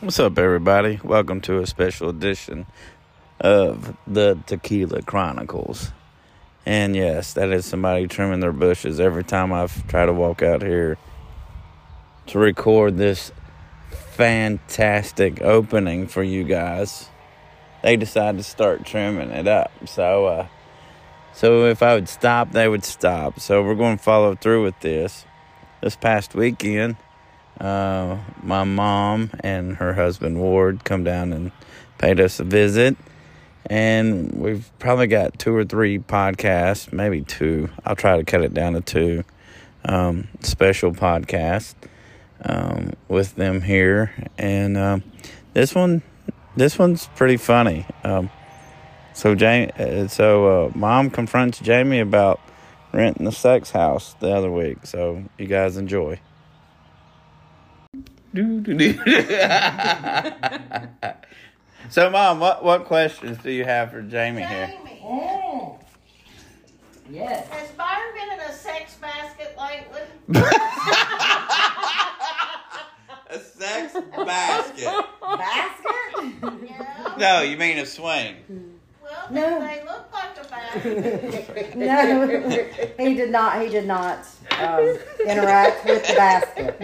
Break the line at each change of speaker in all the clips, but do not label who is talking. What's up, everybody? Welcome to a special edition of the Tequila Chronicles. And yes, that is somebody trimming their bushes. Every time I've tried to walk out here to record this fantastic opening for you guys, they decide to start trimming it up. So, uh, so if I would stop, they would stop. So we're going to follow through with this. This past weekend, uh, my mom and her husband Ward come down and paid us a visit. And we've probably got two or three podcasts, maybe two. I'll try to cut it down to two um, special podcasts um, with them here. And um, this one, this one's pretty funny. Um, so Jamie, uh, so uh, mom confronts Jamie about renting the sex house the other week. So you guys enjoy. so mom, what what questions do you have for Jamie here?
Jamie,
Mm. Yes.
has fire been in a sex basket lately?
A sex basket.
Basket?
Yeah.
No, you mean a swing.
Well,
No.
they look like a basket.
no, he did not. He did not um, interact with the basket.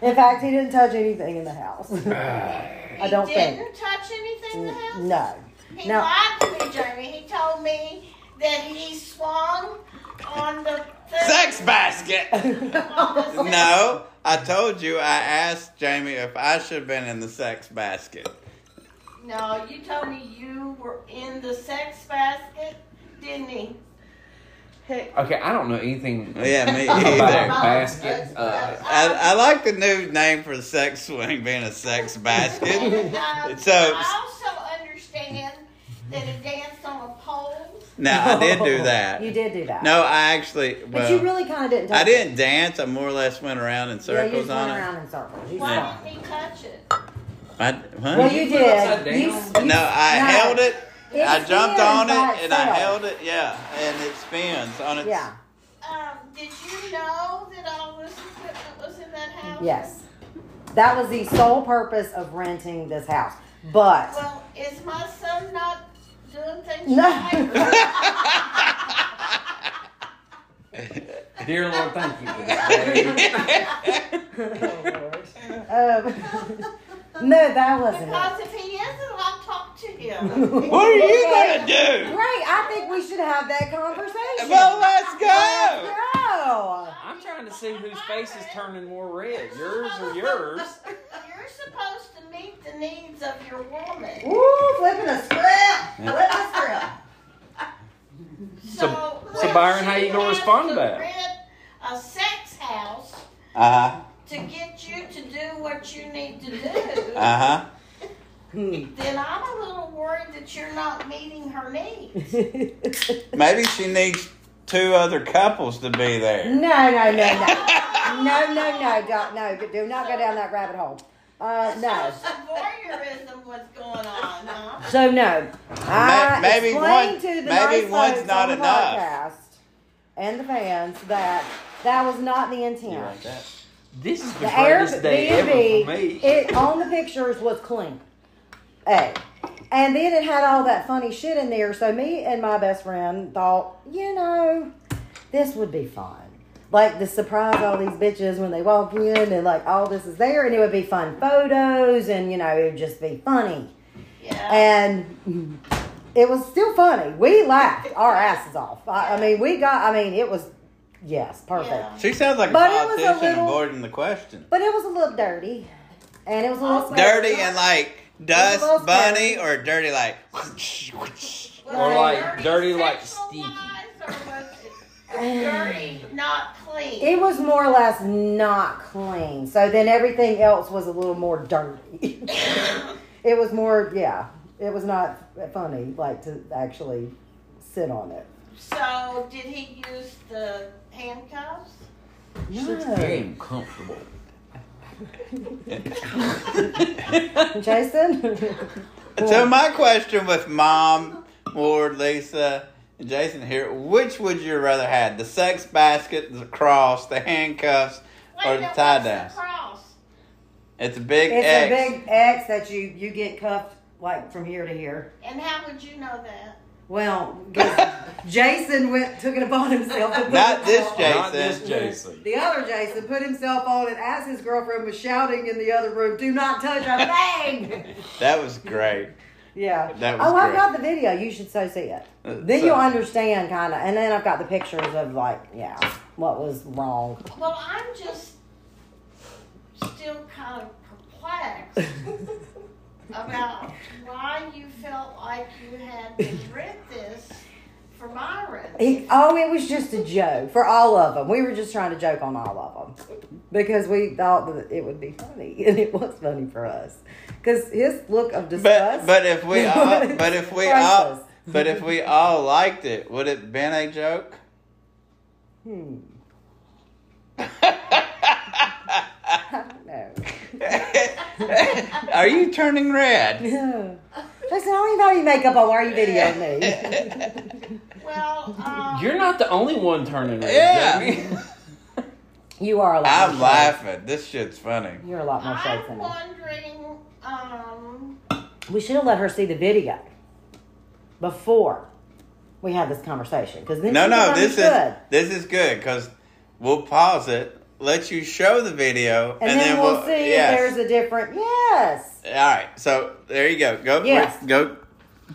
in fact, he didn't touch anything in the house. I don't
he
think.
didn't touch anything in the house.
No.
He
No.
lied to me, Jamie. He told me that he swung on the thing.
Sex basket.
on the thing.
No, I told you I asked Jamie if I should have been in the sex basket.
No, you told me you were in the sex basket, didn't he?
Okay, I don't know anything
Oh, Yeah, me
about
either.
baskets. Uh,
I, I like the new name for sex swing being a sex basket.
And, um,
So-
I also understand that it danced on a pole.
No, I did do that.
You did do that.
No, I actually.
But
Well,
you really kind of didn't. Touch
I
It.
didn't dance. I more or less went around in
Yeah, you
circles
just went
on it.
around in circles. You
Why
swung.
didn't he touch it?
I, huh?
Well, you
You put it upside
did. You,
down.
you-
no, I
no.
held it.
It
I jumped on
spins by
it and I
itself.
held it. Yeah, and it spins on it.
Yeah.
Um, did you know that all this equipment was in that house?
Yes. That was the sole purpose of renting this house. But
Well, is my son not doing things
No.
right?
dear Lord, thank you for that.
Um, no, that wasn't it.
because if he isn't, I'll talk to him.
What are you gonna do?
Great. I think we should have that conversation.
Well, let's go.
Let's
I'm trying to see whose face is turning more red, yours or yours.
You're supposed to meet the needs of your
go.
woman.
Ooh, flipping a script. Flip a script.
So,
so
when
Byron, how
she
you gonna
has
respond to that?
rent A sex house
Uh
to get you to do what you need to do.
huh. Uh
Then I'm a little worried that you're not meeting her needs.
huh. Maybe she needs two other couples to be there.
Hmm. No, no, no, no. No, no, no, don't, no. Do not go down that rabbit hole. Uh, no.
So some voyeurism was going on, huh?
So no, I
maybe
explained
one-
to the
maybe
nice
one's
folks
not
on the
enough.
podcast and the fans that that was not the intent.
You like that?
This is the,
The
greatest day ever for
Airbnb,
me.
it on the pictures was clean. A. And then it had all that funny shit in there. So me and my best friend thought, you know, this would be fun. Like to surprise all these bitches when they walk in and like all this is there and it would be fun photos and you know, it would just be funny.
Yeah.
And it was still funny. We laughed our asses off. I, I mean, we got, I mean, it was, yes, perfect.
Yeah.
She sounds like a
But it was a
politician
little-
avoiding the question.
But it was a little dirty. And it was a little
Also-
scary.
Dirty and like
was a little
dust bunny, or dirty like.
Was
Or
it
like dirty, like
sexual
stinky.
wise, or was it Dirty, not clean.
It was more or less not clean. So then everything else was a little more dirty. it was more, yeah. It was not funny, like to actually sit on it.
so, did he use the handcuffs?
She looks
No.
very uncomfortable.
Jason?
So my question with mom, Ward, Lisa, and Jason here: Which would you rather had the sex basket, the cross, the handcuffs, or
Wait,
the
now,
tie
what's
downs?
The cross?
It's a big
It's
X.
a big X that you you get cuffed like from here to here.
And how would you know that?
Well, 'cause Jason went took it upon himself. To put
Not this
himself-
Jason.
Not this Jason.
The other Jason put himself on it as his girlfriend was shouting in the other room, "Do not touch a thing."
That was great.
yeah.
That was
oh, I've
great.
got the video. You should so see it.
Uh,
Then
so-
you'll understand, kind of. And then I've got the pictures of like, yeah, what was wrong.
Well, I'm just still kind of perplexed about why you felt like you had to rent this for Myron.
He, oh, it was just a joke for all of them. We were just trying to joke on all of them because we thought that it would be funny, and it was funny for us. Because his look of disgust.
But but if we all
was
but if we
priceless.
all but if we all liked it, would it been a joke?
Hmm. I don't know.
Are you turning red?
Jason, I don't even have any makeup on. Why are you videoing me?
Well, um,
You're not the only one turning red.
Yeah.
You are a lot. more
I'm
shy.
laughing. This shit's funny.
You're a lot more shy
I'm
than
wondering.
me.
Um,
We should have let her see the video before we had this conversation. Because then
No,
she
no,
would've
this is
understood.
this is good because we'll pause it, let you show the video,
And, then, we'll, see
yes.
if there's a different. Yes.
All right, so there you go. Go,
Yes.
go.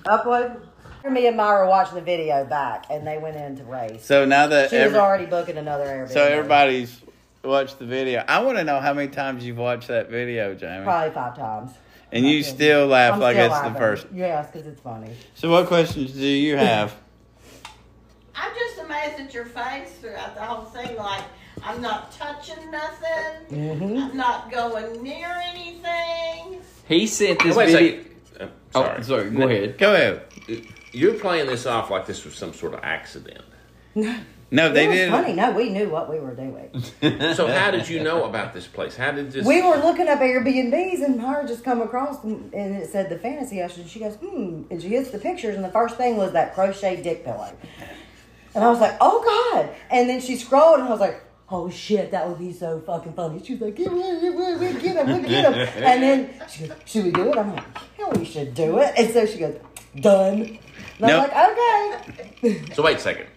Upload. Me and Myra watched the video back, and they went in to race.
So now that
She
every-
was already booking another Airbnb.
so everybody's watched the video. I want to know how many times you've watched that video, Jamie,
probably five times.
and you
okay.
still laugh
I'm
like
still
it's the
laughing.
first.
Yes, because it's funny.
So what questions do you have?
I'm just amazed at your face throughout the whole thing. Like, I'm not touching nothing.
Mm-hmm.
I'm not going near anything.
He sent this
Wait a
video.
second. Oh,
Oh,
sorry.
sorry. Go ahead.
Go ahead.
You're playing this off like this was some sort of accident.
No, they
it was
didn't.
funny. No, we knew what we were doing.
So how did you know about this place? How did this?
We were looking up Airbnbs, and her just come across, and and it said the fantasy house, and she goes, hmm, and she hits the pictures, and the first thing was that crochet dick pillow, and I was like, oh god, and then she scrolled, and I was like. Oh shit, that would be so fucking funny. She was like, yeah, yeah, yeah, we we get him, we get him. And then she goes, should we do it? I'm like, hell, we should do it. And so she goes, done. And I'm
Nope.
like, okay.
So wait a second.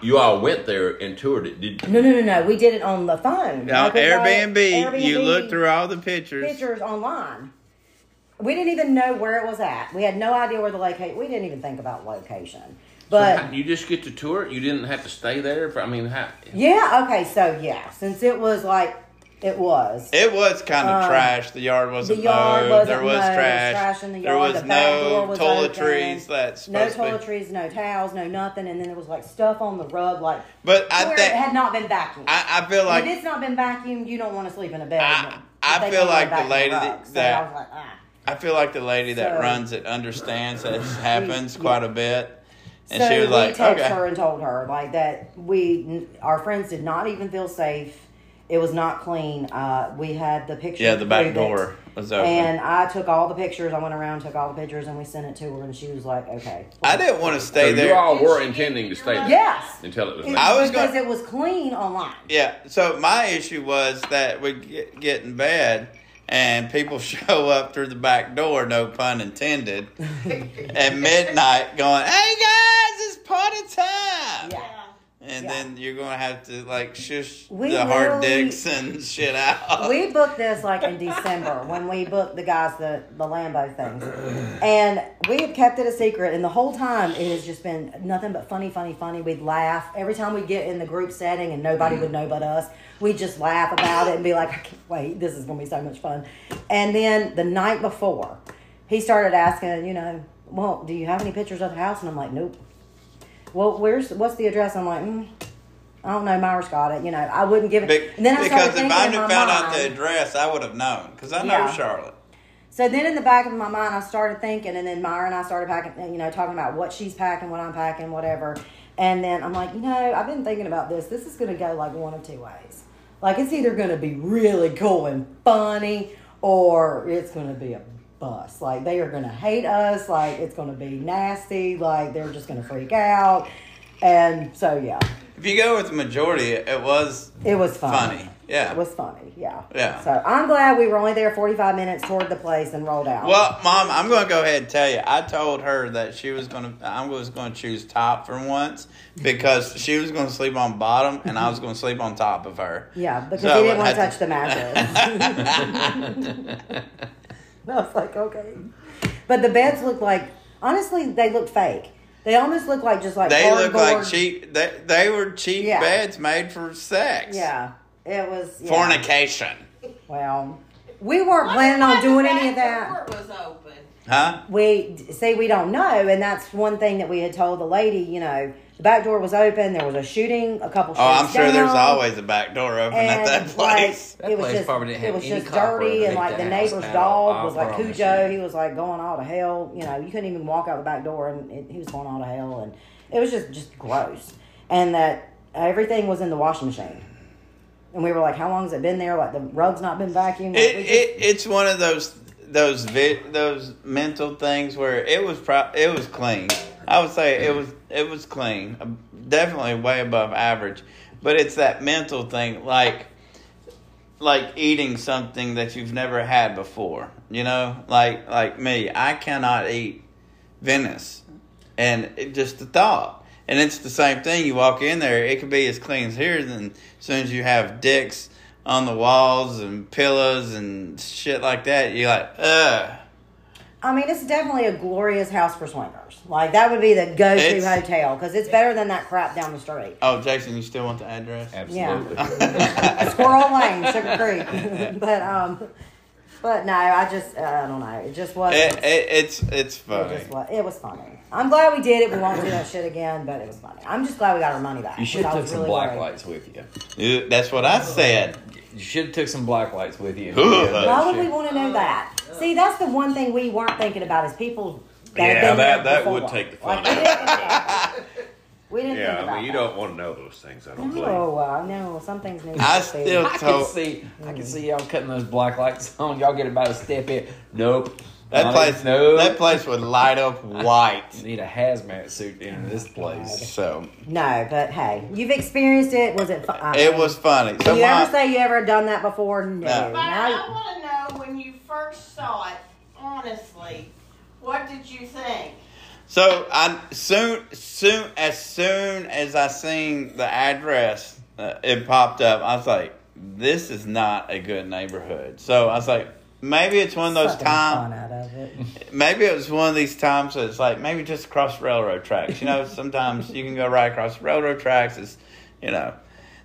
You all went there and toured it. Did
No, no, no, no. We did it on the phone.
Now,
Like, we got
Airbnb, you
Airbnb
look through all the pictures.
pictures online. We didn't even know where it was at. We had no idea where the location. We didn't even think about location. But
you just get to tour it. You didn't have to stay there. For, I mean, how?
yeah, okay, so yeah, since it was like it was.
It was kind of
Um,
trash. The yard wasn't
the yard
mowed.
wasn't
there was
mowed. There was
trash.
trash in the
there
yard.
was
The back
no
door was
toiletries.
open.
That's
No
supposed to be.
toiletries, no towels, no nothing, and then there was like stuff on the rug, like
But I
where
think
it had not been vacuumed.
I, I feel
And
like
if it's not been vacuumed, you don't want to sleep in a bed.
I-
But
I
they
feel
don't
like
vacuum
the lady
rug. So
that-
I was like, ah.
I feel like the lady that
So-
runs it understands that this happens
Yeah.
quite a bit, and
so
she was
we
like,
texted
"Okay."
her and told her like that we our friends did not even feel safe. It was not clean. Uh, we had the picture.
Yeah, the back
prove it.
door was open.
And I took all the pictures. I went around, took all the pictures, and we sent it to her, and she was like, "Okay."
I didn't want to stay
So you
there.
all were intending to stay there
Yes.
until it was.
It-
not.
I was
because
gonna-
it was clean online.
yeah. So my issue was that we get, get in bed. And people show up through the back door, no pun intended, at midnight going, Hey guys, it's party time!
Yeah.
Yeah.
And
Yeah.
then you're gonna have to like shush
We
the hard
really-
dicks and shit out.
We booked this like in December when we booked the guys the the Lambo things, and we have kept it a secret. And the whole time it has just been nothing but funny, funny, funny. We'd laugh every time we get in the group setting, and nobody would know but us. We just laugh about it and be like, "I can't wait! This is gonna be so much fun." And then the night before, he started asking, you know, "Well, do you have any pictures of the house?" And I'm like, "Nope." Well, where's what's the address? I'm like. Mm. I don't know. Myra's got it. You know, I wouldn't give it.
Be-
and then I started
because if
thinking
I'd
in
have
my
found out the
mind-
address, I would have known. Because I know
Yeah.
Charlotte.
so then in the back of my mind, I started thinking, and then Myra and I started packing, you know, talking about what she's packing, what I'm packing, whatever. And then I'm like, you know, I've been thinking about this. This is going to go like one of two ways. Like, it's either going to be really cool and funny, or it's going to be a bust. Like, they are going to hate us. Like, it's going to be nasty. Like, they're just going to freak out. And so, yeah,
If you go with the majority, it was
it was fun.
funny. Yeah.
was funny. Yeah.
Yeah.
So I'm glad we were only there 45 minutes toward the place and rolled out.
Well, mom, I'm gonna go ahead and tell you. I told her that she was gonna. I was gonna choose top for once because she was gonna sleep on bottom and I was gonna sleep on top of her.
Yeah, because
So
he didn't want
I-
to touch the mattress. I was like, okay. But the beds looked like, honestly, they looked fake. They almost look like just like
They look like
cardboard-
cheap. They they were cheap
Yeah.
beds made for sex.
Yeah, it was yeah.
Fornication.
Well, we weren't planning on doing any of that.
Door was open.
Huh?
We see, we don't know, and that's one thing that we had told the lady. You know, the back door was open. There was a shooting, a couple.
Oh, I'm
shots
sure there's
down,
always a back door open
and,
at that place.
Like,
That
it was
place
just,
probably didn't have
it was
any
just
copper
dirty,
to
and
make
like
the
the
house
neighbor's
out.
dog
I
was like
promise
Cujo.
you.
He was like going all to hell. You know, you couldn't even walk out the back door, and it, he was going all to hell, and it was just just gross. And that everything was in the washing machine, and we were like, "How long has it been there? Like the rug's not been vacuumed." Like,
it,
we just-
it it's one of those those vi- those mental things where it was pro- it was clean. I would say it was it was clean, Uh, definitely way above average. But it's that mental thing, like like eating something that you've never had before. You know, like like me, I cannot eat Venice, and it, just the thought. And it's the same thing. You walk in there, it could be as clean as here. Then as soon as you have dicks on the walls and pillows and shit like that, you're like, ugh.
I mean, it's definitely a glorious house for swingers. Like that would be the go-to
It's-
hotel because it's better than that crap down the street.
Oh, Jason, you still want the address?
Absolutely.
Squirrel Lane, Sugar Creek. but um, but no, I just I don't know. It just wasn't.
It, it, it's it's
It,
funny.
just was, it was funny. I'm glad we did it. We won't do that shit again, but it was funny. I'm just glad we got our money back.
You should
because I
have took
was
some
really
black
worried.
lights with you.
Ew, That's what I said.
You should have took some black lights with you.
Ugh.
Why would we want to know that? See, that's the one thing we weren't thinking about is people. That have
Yeah,
been
that-
there
that
before.
would take the fun
Like, we didn't think about that. we didn't think
Yeah,
about
I mean, you
that.
don't want to know those things. I don't believe.
No, uh, no, something's new.
I still
I can
told
see, I can see y'all cutting those black lights on. Y'all get about a step in. Nope.
that
Not
place.
Nope.
That place would light up white.
Need a hazmat suit in this place.
So
no, but hey, you've experienced it. Was it? Fun?
it was funny. So
you ever
mom,
say you ever done that before? No.
No.
But I
Now-
want to know when you first saw it, honestly, what did you think?
So I soon, soon as soon as I seen the address, uh, it popped up. I was like, "This is not a good neighborhood." So I was like, "Maybe it's one of those
Sucking
times.
fun out of it.
Maybe it was one of these times that it's like maybe just across railroad tracks. You know, sometimes you can go right across railroad tracks. It's, you know,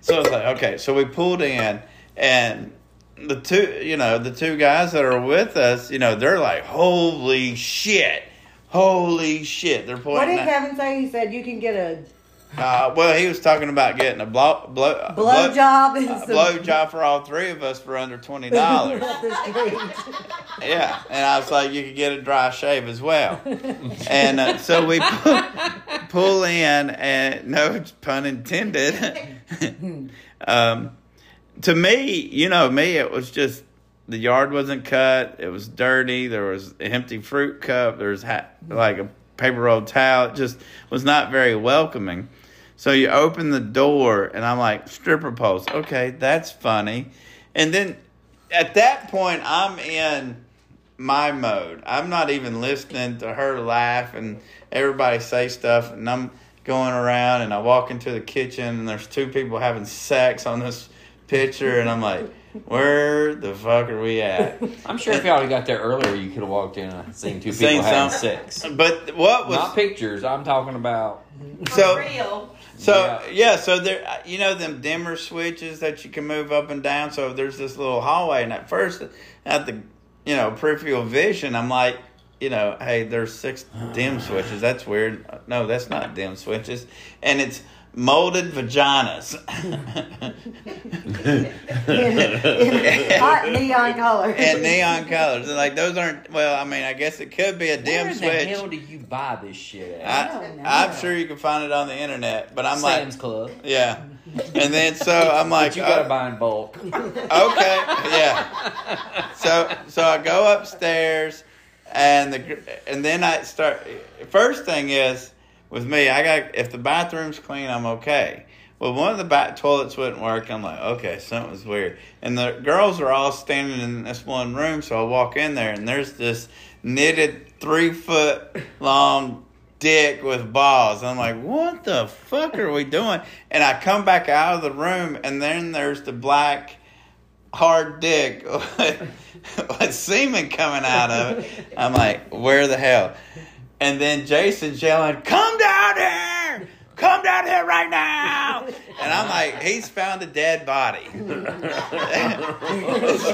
so it's like okay. So we pulled in, and the two, you know, the two guys that are with us, you know, they're like, holy shit. Holy shit! They're pointing.
What did
at-
Kevin say? He said you can get a
uh, well, he was talking about getting a blow, blow,
blow job and
a
some
blow job for all three of us for under twenty dollars.
up the street.
yeah, and I was like, you could get a dry shave as well. and uh, so we pull, pull in, and no pun intended. um, to me, you know, me, it was just the yard wasn't cut. It was dirty. There was an empty fruit cup. There was ha- like a paper rolled towel. It just was not very welcoming. So you open the door, and I'm like, stripper poles. Okay, that's funny. And then at that point, I'm in my mode. I'm not even listening to her laugh and everybody say stuff, and I'm going around and I walk into the kitchen and there's two people having sex on this picture, and I'm like, where the fuck are we at?
I'm sure if y'all had got there earlier, you could have walked in and seen two people
Seen some-
having sex.
But what
Not
was
pictures. I'm talking about.
For
So-
real,
so? Yeah, so there, uh, you know, them dimmer switches that you can move up and down. So there's this little hallway, and at first, at the you know peripheral vision, I'm like, you know, hey, there's six dim switches. That's weird. No, that's not dim switches, and it's molded vaginas.
in, in hot neon colors.
and neon colors. And like those aren't. Well, I mean, I guess it could be a dim
Where
switch.
the hell do you buy this shit at?
I
I,
don't know.
I'm sure you can find it on the internet, but I'm
Sam's
like,
Club.
yeah. And then so I'm like,
But you gotta
oh,
buy in bulk.
okay, yeah. So so I go upstairs, and the gr- and then I start. First thing is with me, I got if the bathroom's clean, I'm okay. Well, one of the back toilets wouldn't work. I'm like, okay, something's weird. And the girls are all standing in this one room, so I walk in there, and there's this knitted three foot long dick with balls. I'm like, what the fuck are we doing? And I come back out of the room, and then there's the black hard dick with, with semen coming out of it. I'm like, where the hell? And then Jason's yelling, come down here! Come down here right now! And I'm like, he's found a dead body. so,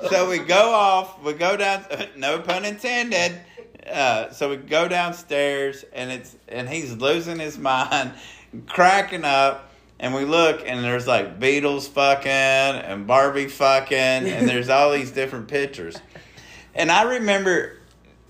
so we go off, we go down, no pun intended. Uh, so we go downstairs and it's and he's losing his mind, cracking up, and we look and there's like Beatles fucking and Barbie fucking and there's all these different pictures. And I remember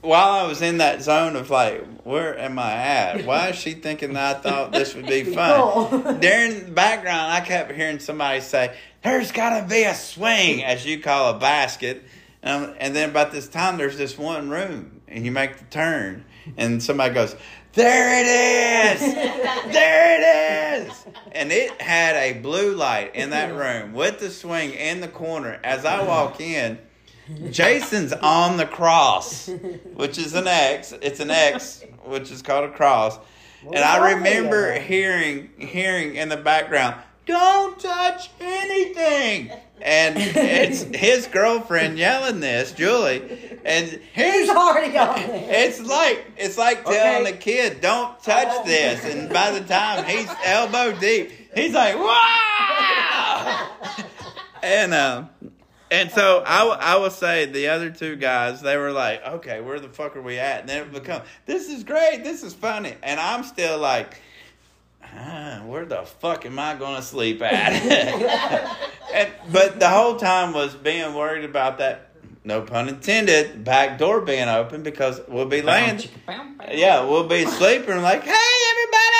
while I was in that zone of like, where am I at? Why is she thinking that I thought this would be
Cool.
fun? During the background, I kept hearing somebody say, "There's got to be a swing," as you call a basket. Um, and then about this time, there's this one room, and you make the turn, and somebody goes, "There it is! there it is!" And it had a blue light in that room with the swing in the corner. As I walk in. Jason's on the cross, which is an X. It's an X, which is called a cross. and I remember hearing hearing in the background, "Don't touch anything." And it's his girlfriend yelling this, Julie. And here's
He's already on there.
it's like it's like telling a
Okay.
kid, "Don't touch
Oh.
this," and by the time he's elbow deep, he's like, "Wow!" and um, and so I, w- I will say the other two guys, they were like, "Okay, where the fuck are we at?" And then it become, "This is great. This is funny," and I'm still like. "Ah, where the fuck am I gonna sleep at? and, but the whole time was being worried about that, no pun intended, back door being open because we'll be laying, yeah, we'll be sleeping like, hey, everybody,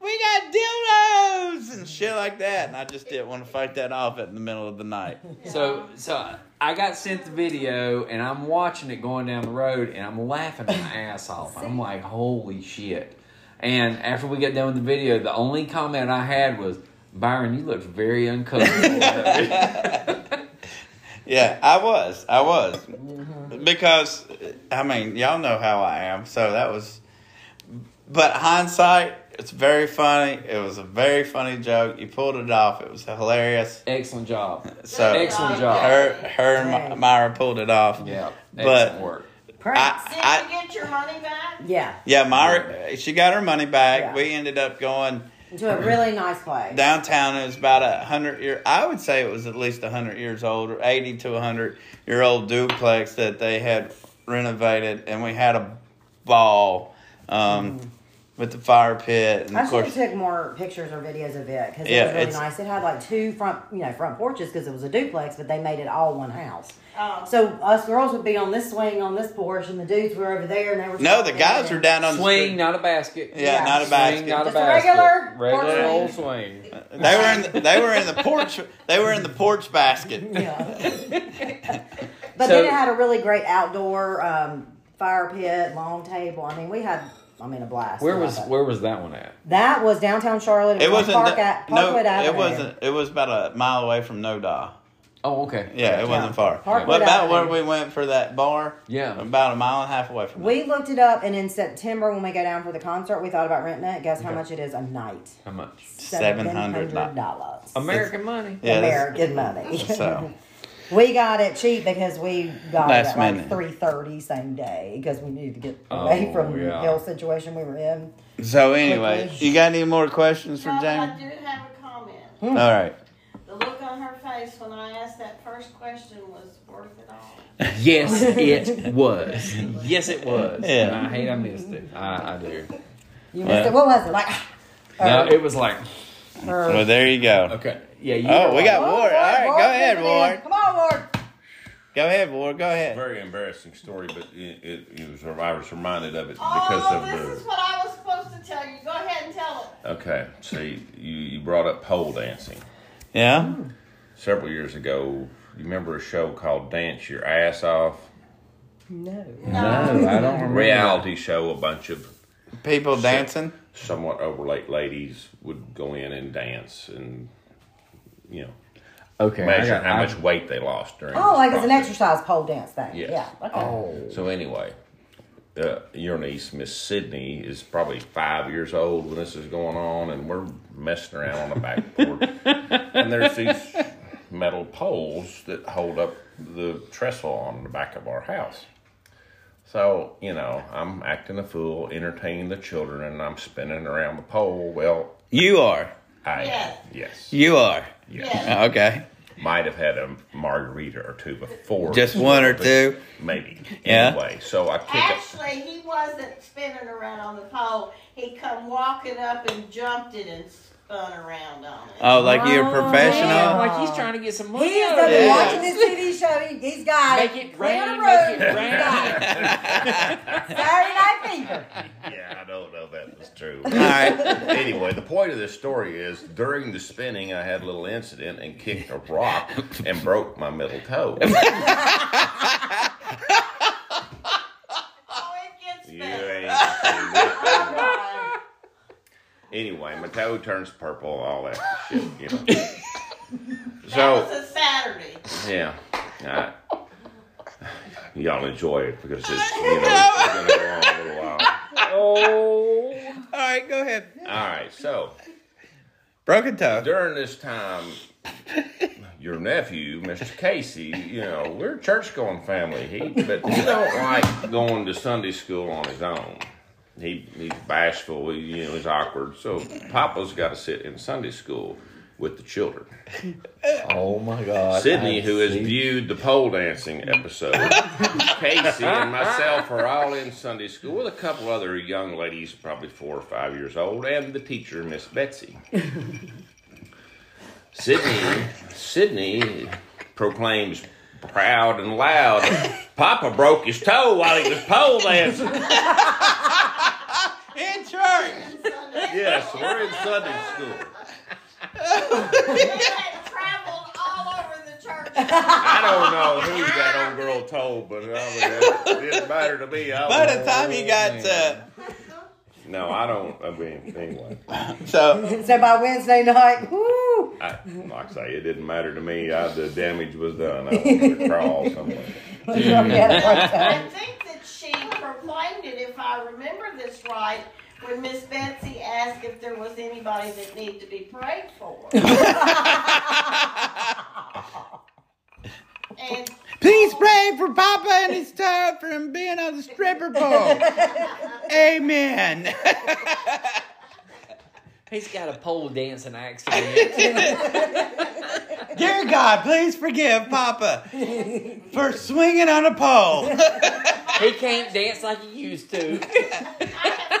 we got dildos and shit like that. And I just didn't want to fight that off in the middle of the night.
So so I got sent the video and I'm watching it going down the road and I'm laughing my ass off. I'm like, holy shit. And after we got done with the video, the only comment I had was, Byron, you look very uncomfortable.
Yeah, I was. I was. Because, I mean, y'all know how I am. So that was. But hindsight, it's very funny. It was a very funny joke. You pulled it off. It was hilarious.
Excellent job.
So
Excellent job.
her, her and Mi- Myra pulled it off.
Yeah.
But-
Excellent work.
Prince.
Did
I-
you get your money back?
Yeah,
Yeah, Myra, she got her money back.
Yeah.
We ended up going
to a really nice place.
downtown it was about a hundred year i would say it was at least a hundred years old or 80 to a hundred year old duplex that they had renovated and we had a ball um, with the fire pit and
Mm. I
of
should
course
have took more pictures or videos of it because
Yeah,
it was really
it's-
nice. It had like two front, you know, front porches because it was a duplex, but they made it all one house.
Oh.
So us girls would be on this swing on this porch, and the dudes were over there, and they were
no the
swinging
guys
and-
were down on
Swing,
the
not a basket.
street. yeah,
Yeah.
not a
Swing,
basket
not a
Just a
basket.
regular
regular
porch
old swing.
they were in the, they were in the porch they were in the porch basket
Yeah. but
So-
then it had a really great outdoor um, fire pit, long table. I mean, we had, I mean, a blast.
Where
I
was
love it.
where was that one at?
that? Was downtown Charlotte?
it
was
wasn't
on Park
the-
at,
no
Parkwood Avenue.
it wasn't it was about a mile away from noda
Oh, okay.
yeah it wasn't far
Parkwood
but about where
Avenue.
we went for that bar
Yeah.
about a mile and a half away from
We looked it up, and in September when we go down for the concert, we thought about renting it. Guess how
Okay.
much it is a night?
How much?
$700.
dollars.
American money.
Yeah, that's-
American money.
so
we got it cheap because we got
Last
it at
minute.
like three thirty same day because we needed to get away
Oh,
from
yeah.
the health situation we were in.
So anyway,
Quickly.
you got any more questions for
No, I
Jamie?
do have a comment.
Hmm?
All right.
The look on her face when I asked that first question was worth it all.
Yes, it was. Yes, it was.
Yeah.
And I hate I missed it. I, I do.
You
Yeah.
missed it. What was it like? er,
No,
or-
it was like
or-
Well, there you go.
okay. Yeah. You
Oh,
were
we
like-
got Ward. All right,
Ward,
go ahead,
send it in.
Ward.
Come on, Ward.
Go ahead, Ward. Go ahead.
Very embarrassing story, but it, it, it was, I was reminded of it because
Oh,
of
this
the.
is what I was supposed to tell you. Go ahead and tell it.
Okay, see, you, you brought up pole dancing.
Yeah.
Several years ago, you remember a show called Dance Your Ass Off?
No.
No, I don't remember.
Reality show, a bunch of
People dancing.
somewhat overweight ladies would go in and dance and you know
Okay. I
measure
got-
how
I-
much weight they lost during.
Oh,
this
like it's an
process.
exercise pole dance thing.
Yes.
Yeah. Okay.
So anyway, uh, your niece Miss Sydney is probably five years old when this is going on, and we're messing around on the back porch, and there's these metal poles that hold up the trestle on the back of our house. So you know, I'm acting a fool, entertaining the children, and I'm spinning around the pole. Well,
You are.
I
Yes.
yes,
You are.
Yes.
Uh, Okay.
might have had a margarita or two before.
Just one or two.
Maybe.
Yeah.
Anyway, so I kick it.
Actually, he wasn't spinning around on the pole. He come walking up and jumped it and spun around on it.
Uh,
Oh, like you're a
Oh,
Damn,
professional?
yeah.
like he's trying to get some money
He is
out
gonna
of
be
Yeah.
watching
this.
this TV show. He, he's got
Make it
Clear the
rain, make
road.
it rain.
Saturday Night Fever.
Yeah, I don't know if that was true.
All right.
anyway, the point of this story is during the spinning, I had a little incident and kicked a rock and broke my middle toe.
Oh, it gets
You
better.
ain't seen nothing.
Oh, God.
Anyway, my toe turns purple, all that shit, you know.
That
So,
was a Saturday.
yeah. I, y'all enjoy it because it's, you know, it's going to go on a little while.
Oh.
All right, go ahead.
All right, so.
Broken toe.
during this time, your nephew, Mr. Casey, you know, we're a church going family. He but he don't like going to Sunday school on his own. He he's bashful, he, you know, he's awkward. So Papa's gotta sit in Sunday school with the children.
Oh my God.
Sydney,
I
who has
see.
viewed the pole dancing episode, Casey and myself are all in Sunday school with a couple other young ladies, probably four or five years old, and the teacher, Miss Betsy. Sydney, Sydney proclaims proud and loud, Papa broke his toe while he was pole dancing.
In church.
Yes, we're in Sunday school.
They had traveled all over the church.
I don't know who that old girl told, but I mean, it didn't matter to me. I
By the
was-
time you got to.
No, I don't. I mean, anyway.
So,
So by Wednesday night, woo,
I, like I say, it didn't matter to me. I, the damage was done. I wanted to crawl somewhere.
I think that she proclaimed it, if I remember this right, when Miss Betsy asked if there was anybody that needed to be prayed for. and
please pray for Papa and his toe from being on the stripper pole. Amen.
He's got a pole dancing accident.
Dear God, please forgive Papa for swinging on a pole.
he can't dance like he used
I
to.
have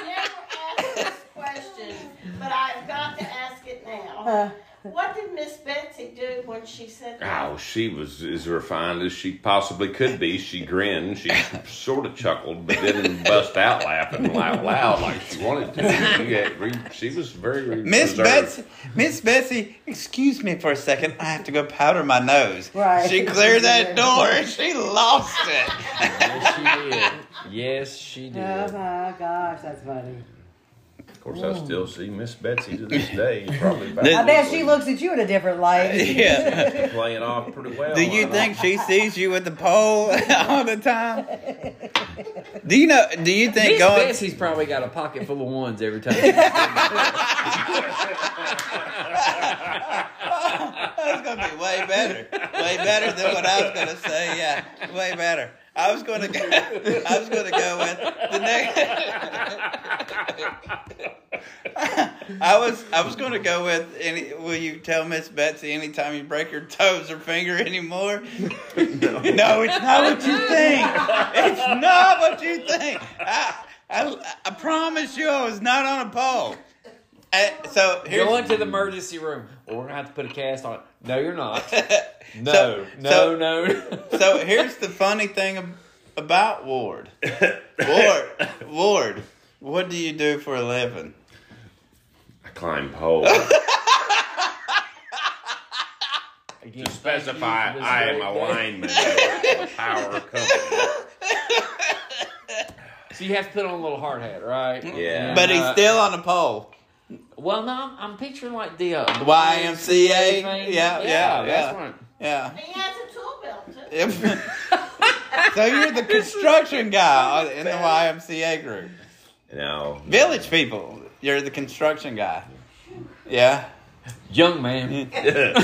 never asked this question, but I've got to ask it now. What did Miss Betsy do when she said that?
Oh, she was as refined as she possibly could be. She grinned. She sort of chuckled, but didn't bust out laughing loud, loud like she wanted to. She, had re, she was very re-
Miss
reserved.
Betsy, Miss Betsy, excuse me for a second. I have to go powder my nose.
Right.
She cleared that door. and She lost it.
yes, she did. Yes, she did.
Oh my gosh, that's funny.
Of course, I still see Miss Betsy to this day. Probably about
I bet she
weekly,
looks at you in a different light.
Yeah.
playing off pretty well.
Do
I
you
don't-
think she sees you with the pole all the time? Do you know? Do you think
Miss
going?
Betsy's probably got a pocket full of ones every time.
That's gonna be way better. Way better than what I was gonna say. Yeah, way better. I was gonna go. I was gonna go with the next. I was I was gonna go with any. Will you tell Miss Betsy anytime you break your toes or finger anymore? No, it's not what you think. It's not what you think. I I, I promise you, I was not on a pole. I, so here's
Go into the emergency room. Well, we're gonna have to put a cast on. it. No, you're not. No,
So-
no,
so-
no, no.
So here's the funny thing ab- about Ward. Ward, Ward, what do you do for a living?
I climb poles.
Again,
to
thank
specify,
you for this
I am a
great day.
lineman at a power company.
So you have to put on a little hard hat, right?
Yeah.
But he's
Uh,
still on the pole.
Well, no, I'm, I'm picturing like the, uh, the
YMCA.
thing.
Yeah, yeah,
That's
yeah.
right.
Yeah.
He has a tool belt too.
Yep. so you're the construction guy in the YMCA group.
No.
Village people, you're the construction guy. Yeah.
Young man.
hey,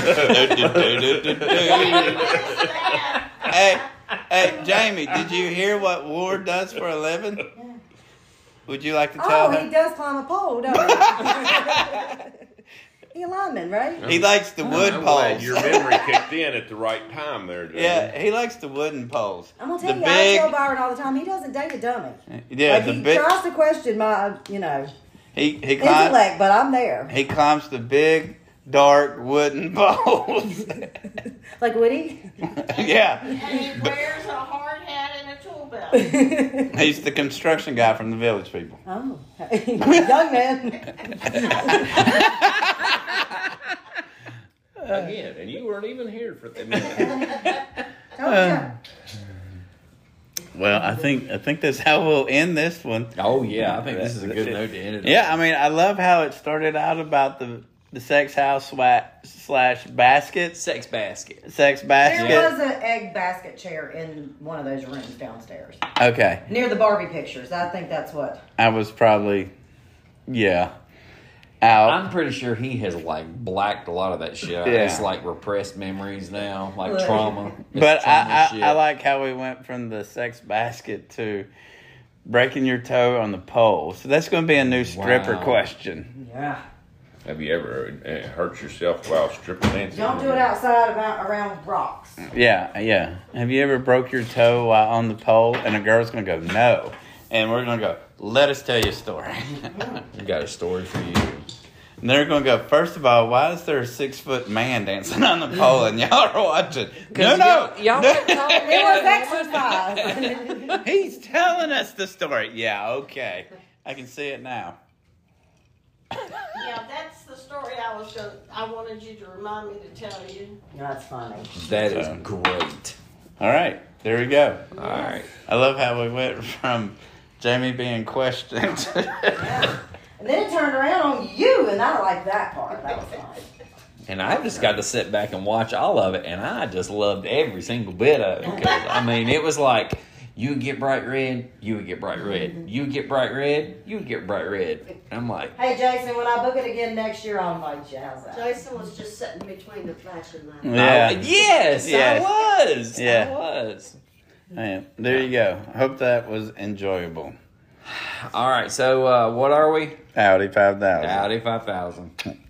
That-
hey, Jamie, did you hear what Ward does for a living? Would you like to tell
Oh, he
him?
does climb a pole, don't he? he a lineman, right?
He, likes the wood
I'm glad
poles.
your memory kicked in at the right time there, Jamie.
Yeah, he likes the wooden poles.
I'm gonna tell
the
you, I tell Byron all the time. He doesn't date a dummy.
big, yeah,
like
the
he
big.
tries to question my, you know,
He he climbs.
intellect, but I'm there.
He climbs the big, dark wooden poles.
Like would he?
yeah,
And he wears a hard hat and a tool belt.
he's the construction guy from the village people.
Oh, young man.
Again, and you weren't even here for the minute.
Uh,
Oh, yeah.
Well, I think I think that's how we'll end this one.
Oh, yeah. I think this is a
That's
good
it.
note to end it on.
Yeah, I mean, I love how it started out about the the sex house swa- slash baskets,
Sex basket.
sex
There
basket.
was an egg basket chair in one of those rooms downstairs
Okay,
near the Barbie pictures. I think that's what.
I was probably, yeah, out.
I'm pretty sure he has like blacked a lot of that shit. out.
Yeah.
It's like repressed memories now, like
Right.
trauma. It's
but
trauma
I, I,
shit.
I like how we went from the sex basket to breaking your toe on the pole. So that's going to be a new stripper
Wow.
question.
Yeah.
Have you ever uh, hurt yourself while stripping? Nancy?
Don't do it outside about around rocks.
Yeah, yeah. Have you ever broke your toe while on the pole? And a girl's going to go, no. And we're going to go, let us tell you a story.
I got a story for you.
and they're going to go, first of all, why is there a six foot man dancing on the pole and y'all are watching? No, no.
y'all, y'all
no.
kept calling
It
me.
was exercise.
He's telling us the story. Yeah, okay. I can see it now.
Yeah, that's the story I was going to, I wanted you to remind me to tell you.
that's funny.
That is great.
All right, there we go.
All right.
I love how we went from Jamie being questioned. to-
And then it turned around on you, and I like that part. That was fun.
And I just got to sit back and watch all of it, and I just loved every single bit of it. 'Cause, I mean, it was like you would get bright red, you would get bright red, you would get bright red, you would get bright red. And I'm like,
Hey, Jason, when I book it again next year, I'll invite you. How's that?
Jason was just sitting between the flashing lights.
yeah.
yeah.
yes,
Yes.
I was,
Yeah.
I was.
yeah. There you go. Hope that was enjoyable.
All right, so uh, what are we?
Howdy, 5000.
Howdy 5000.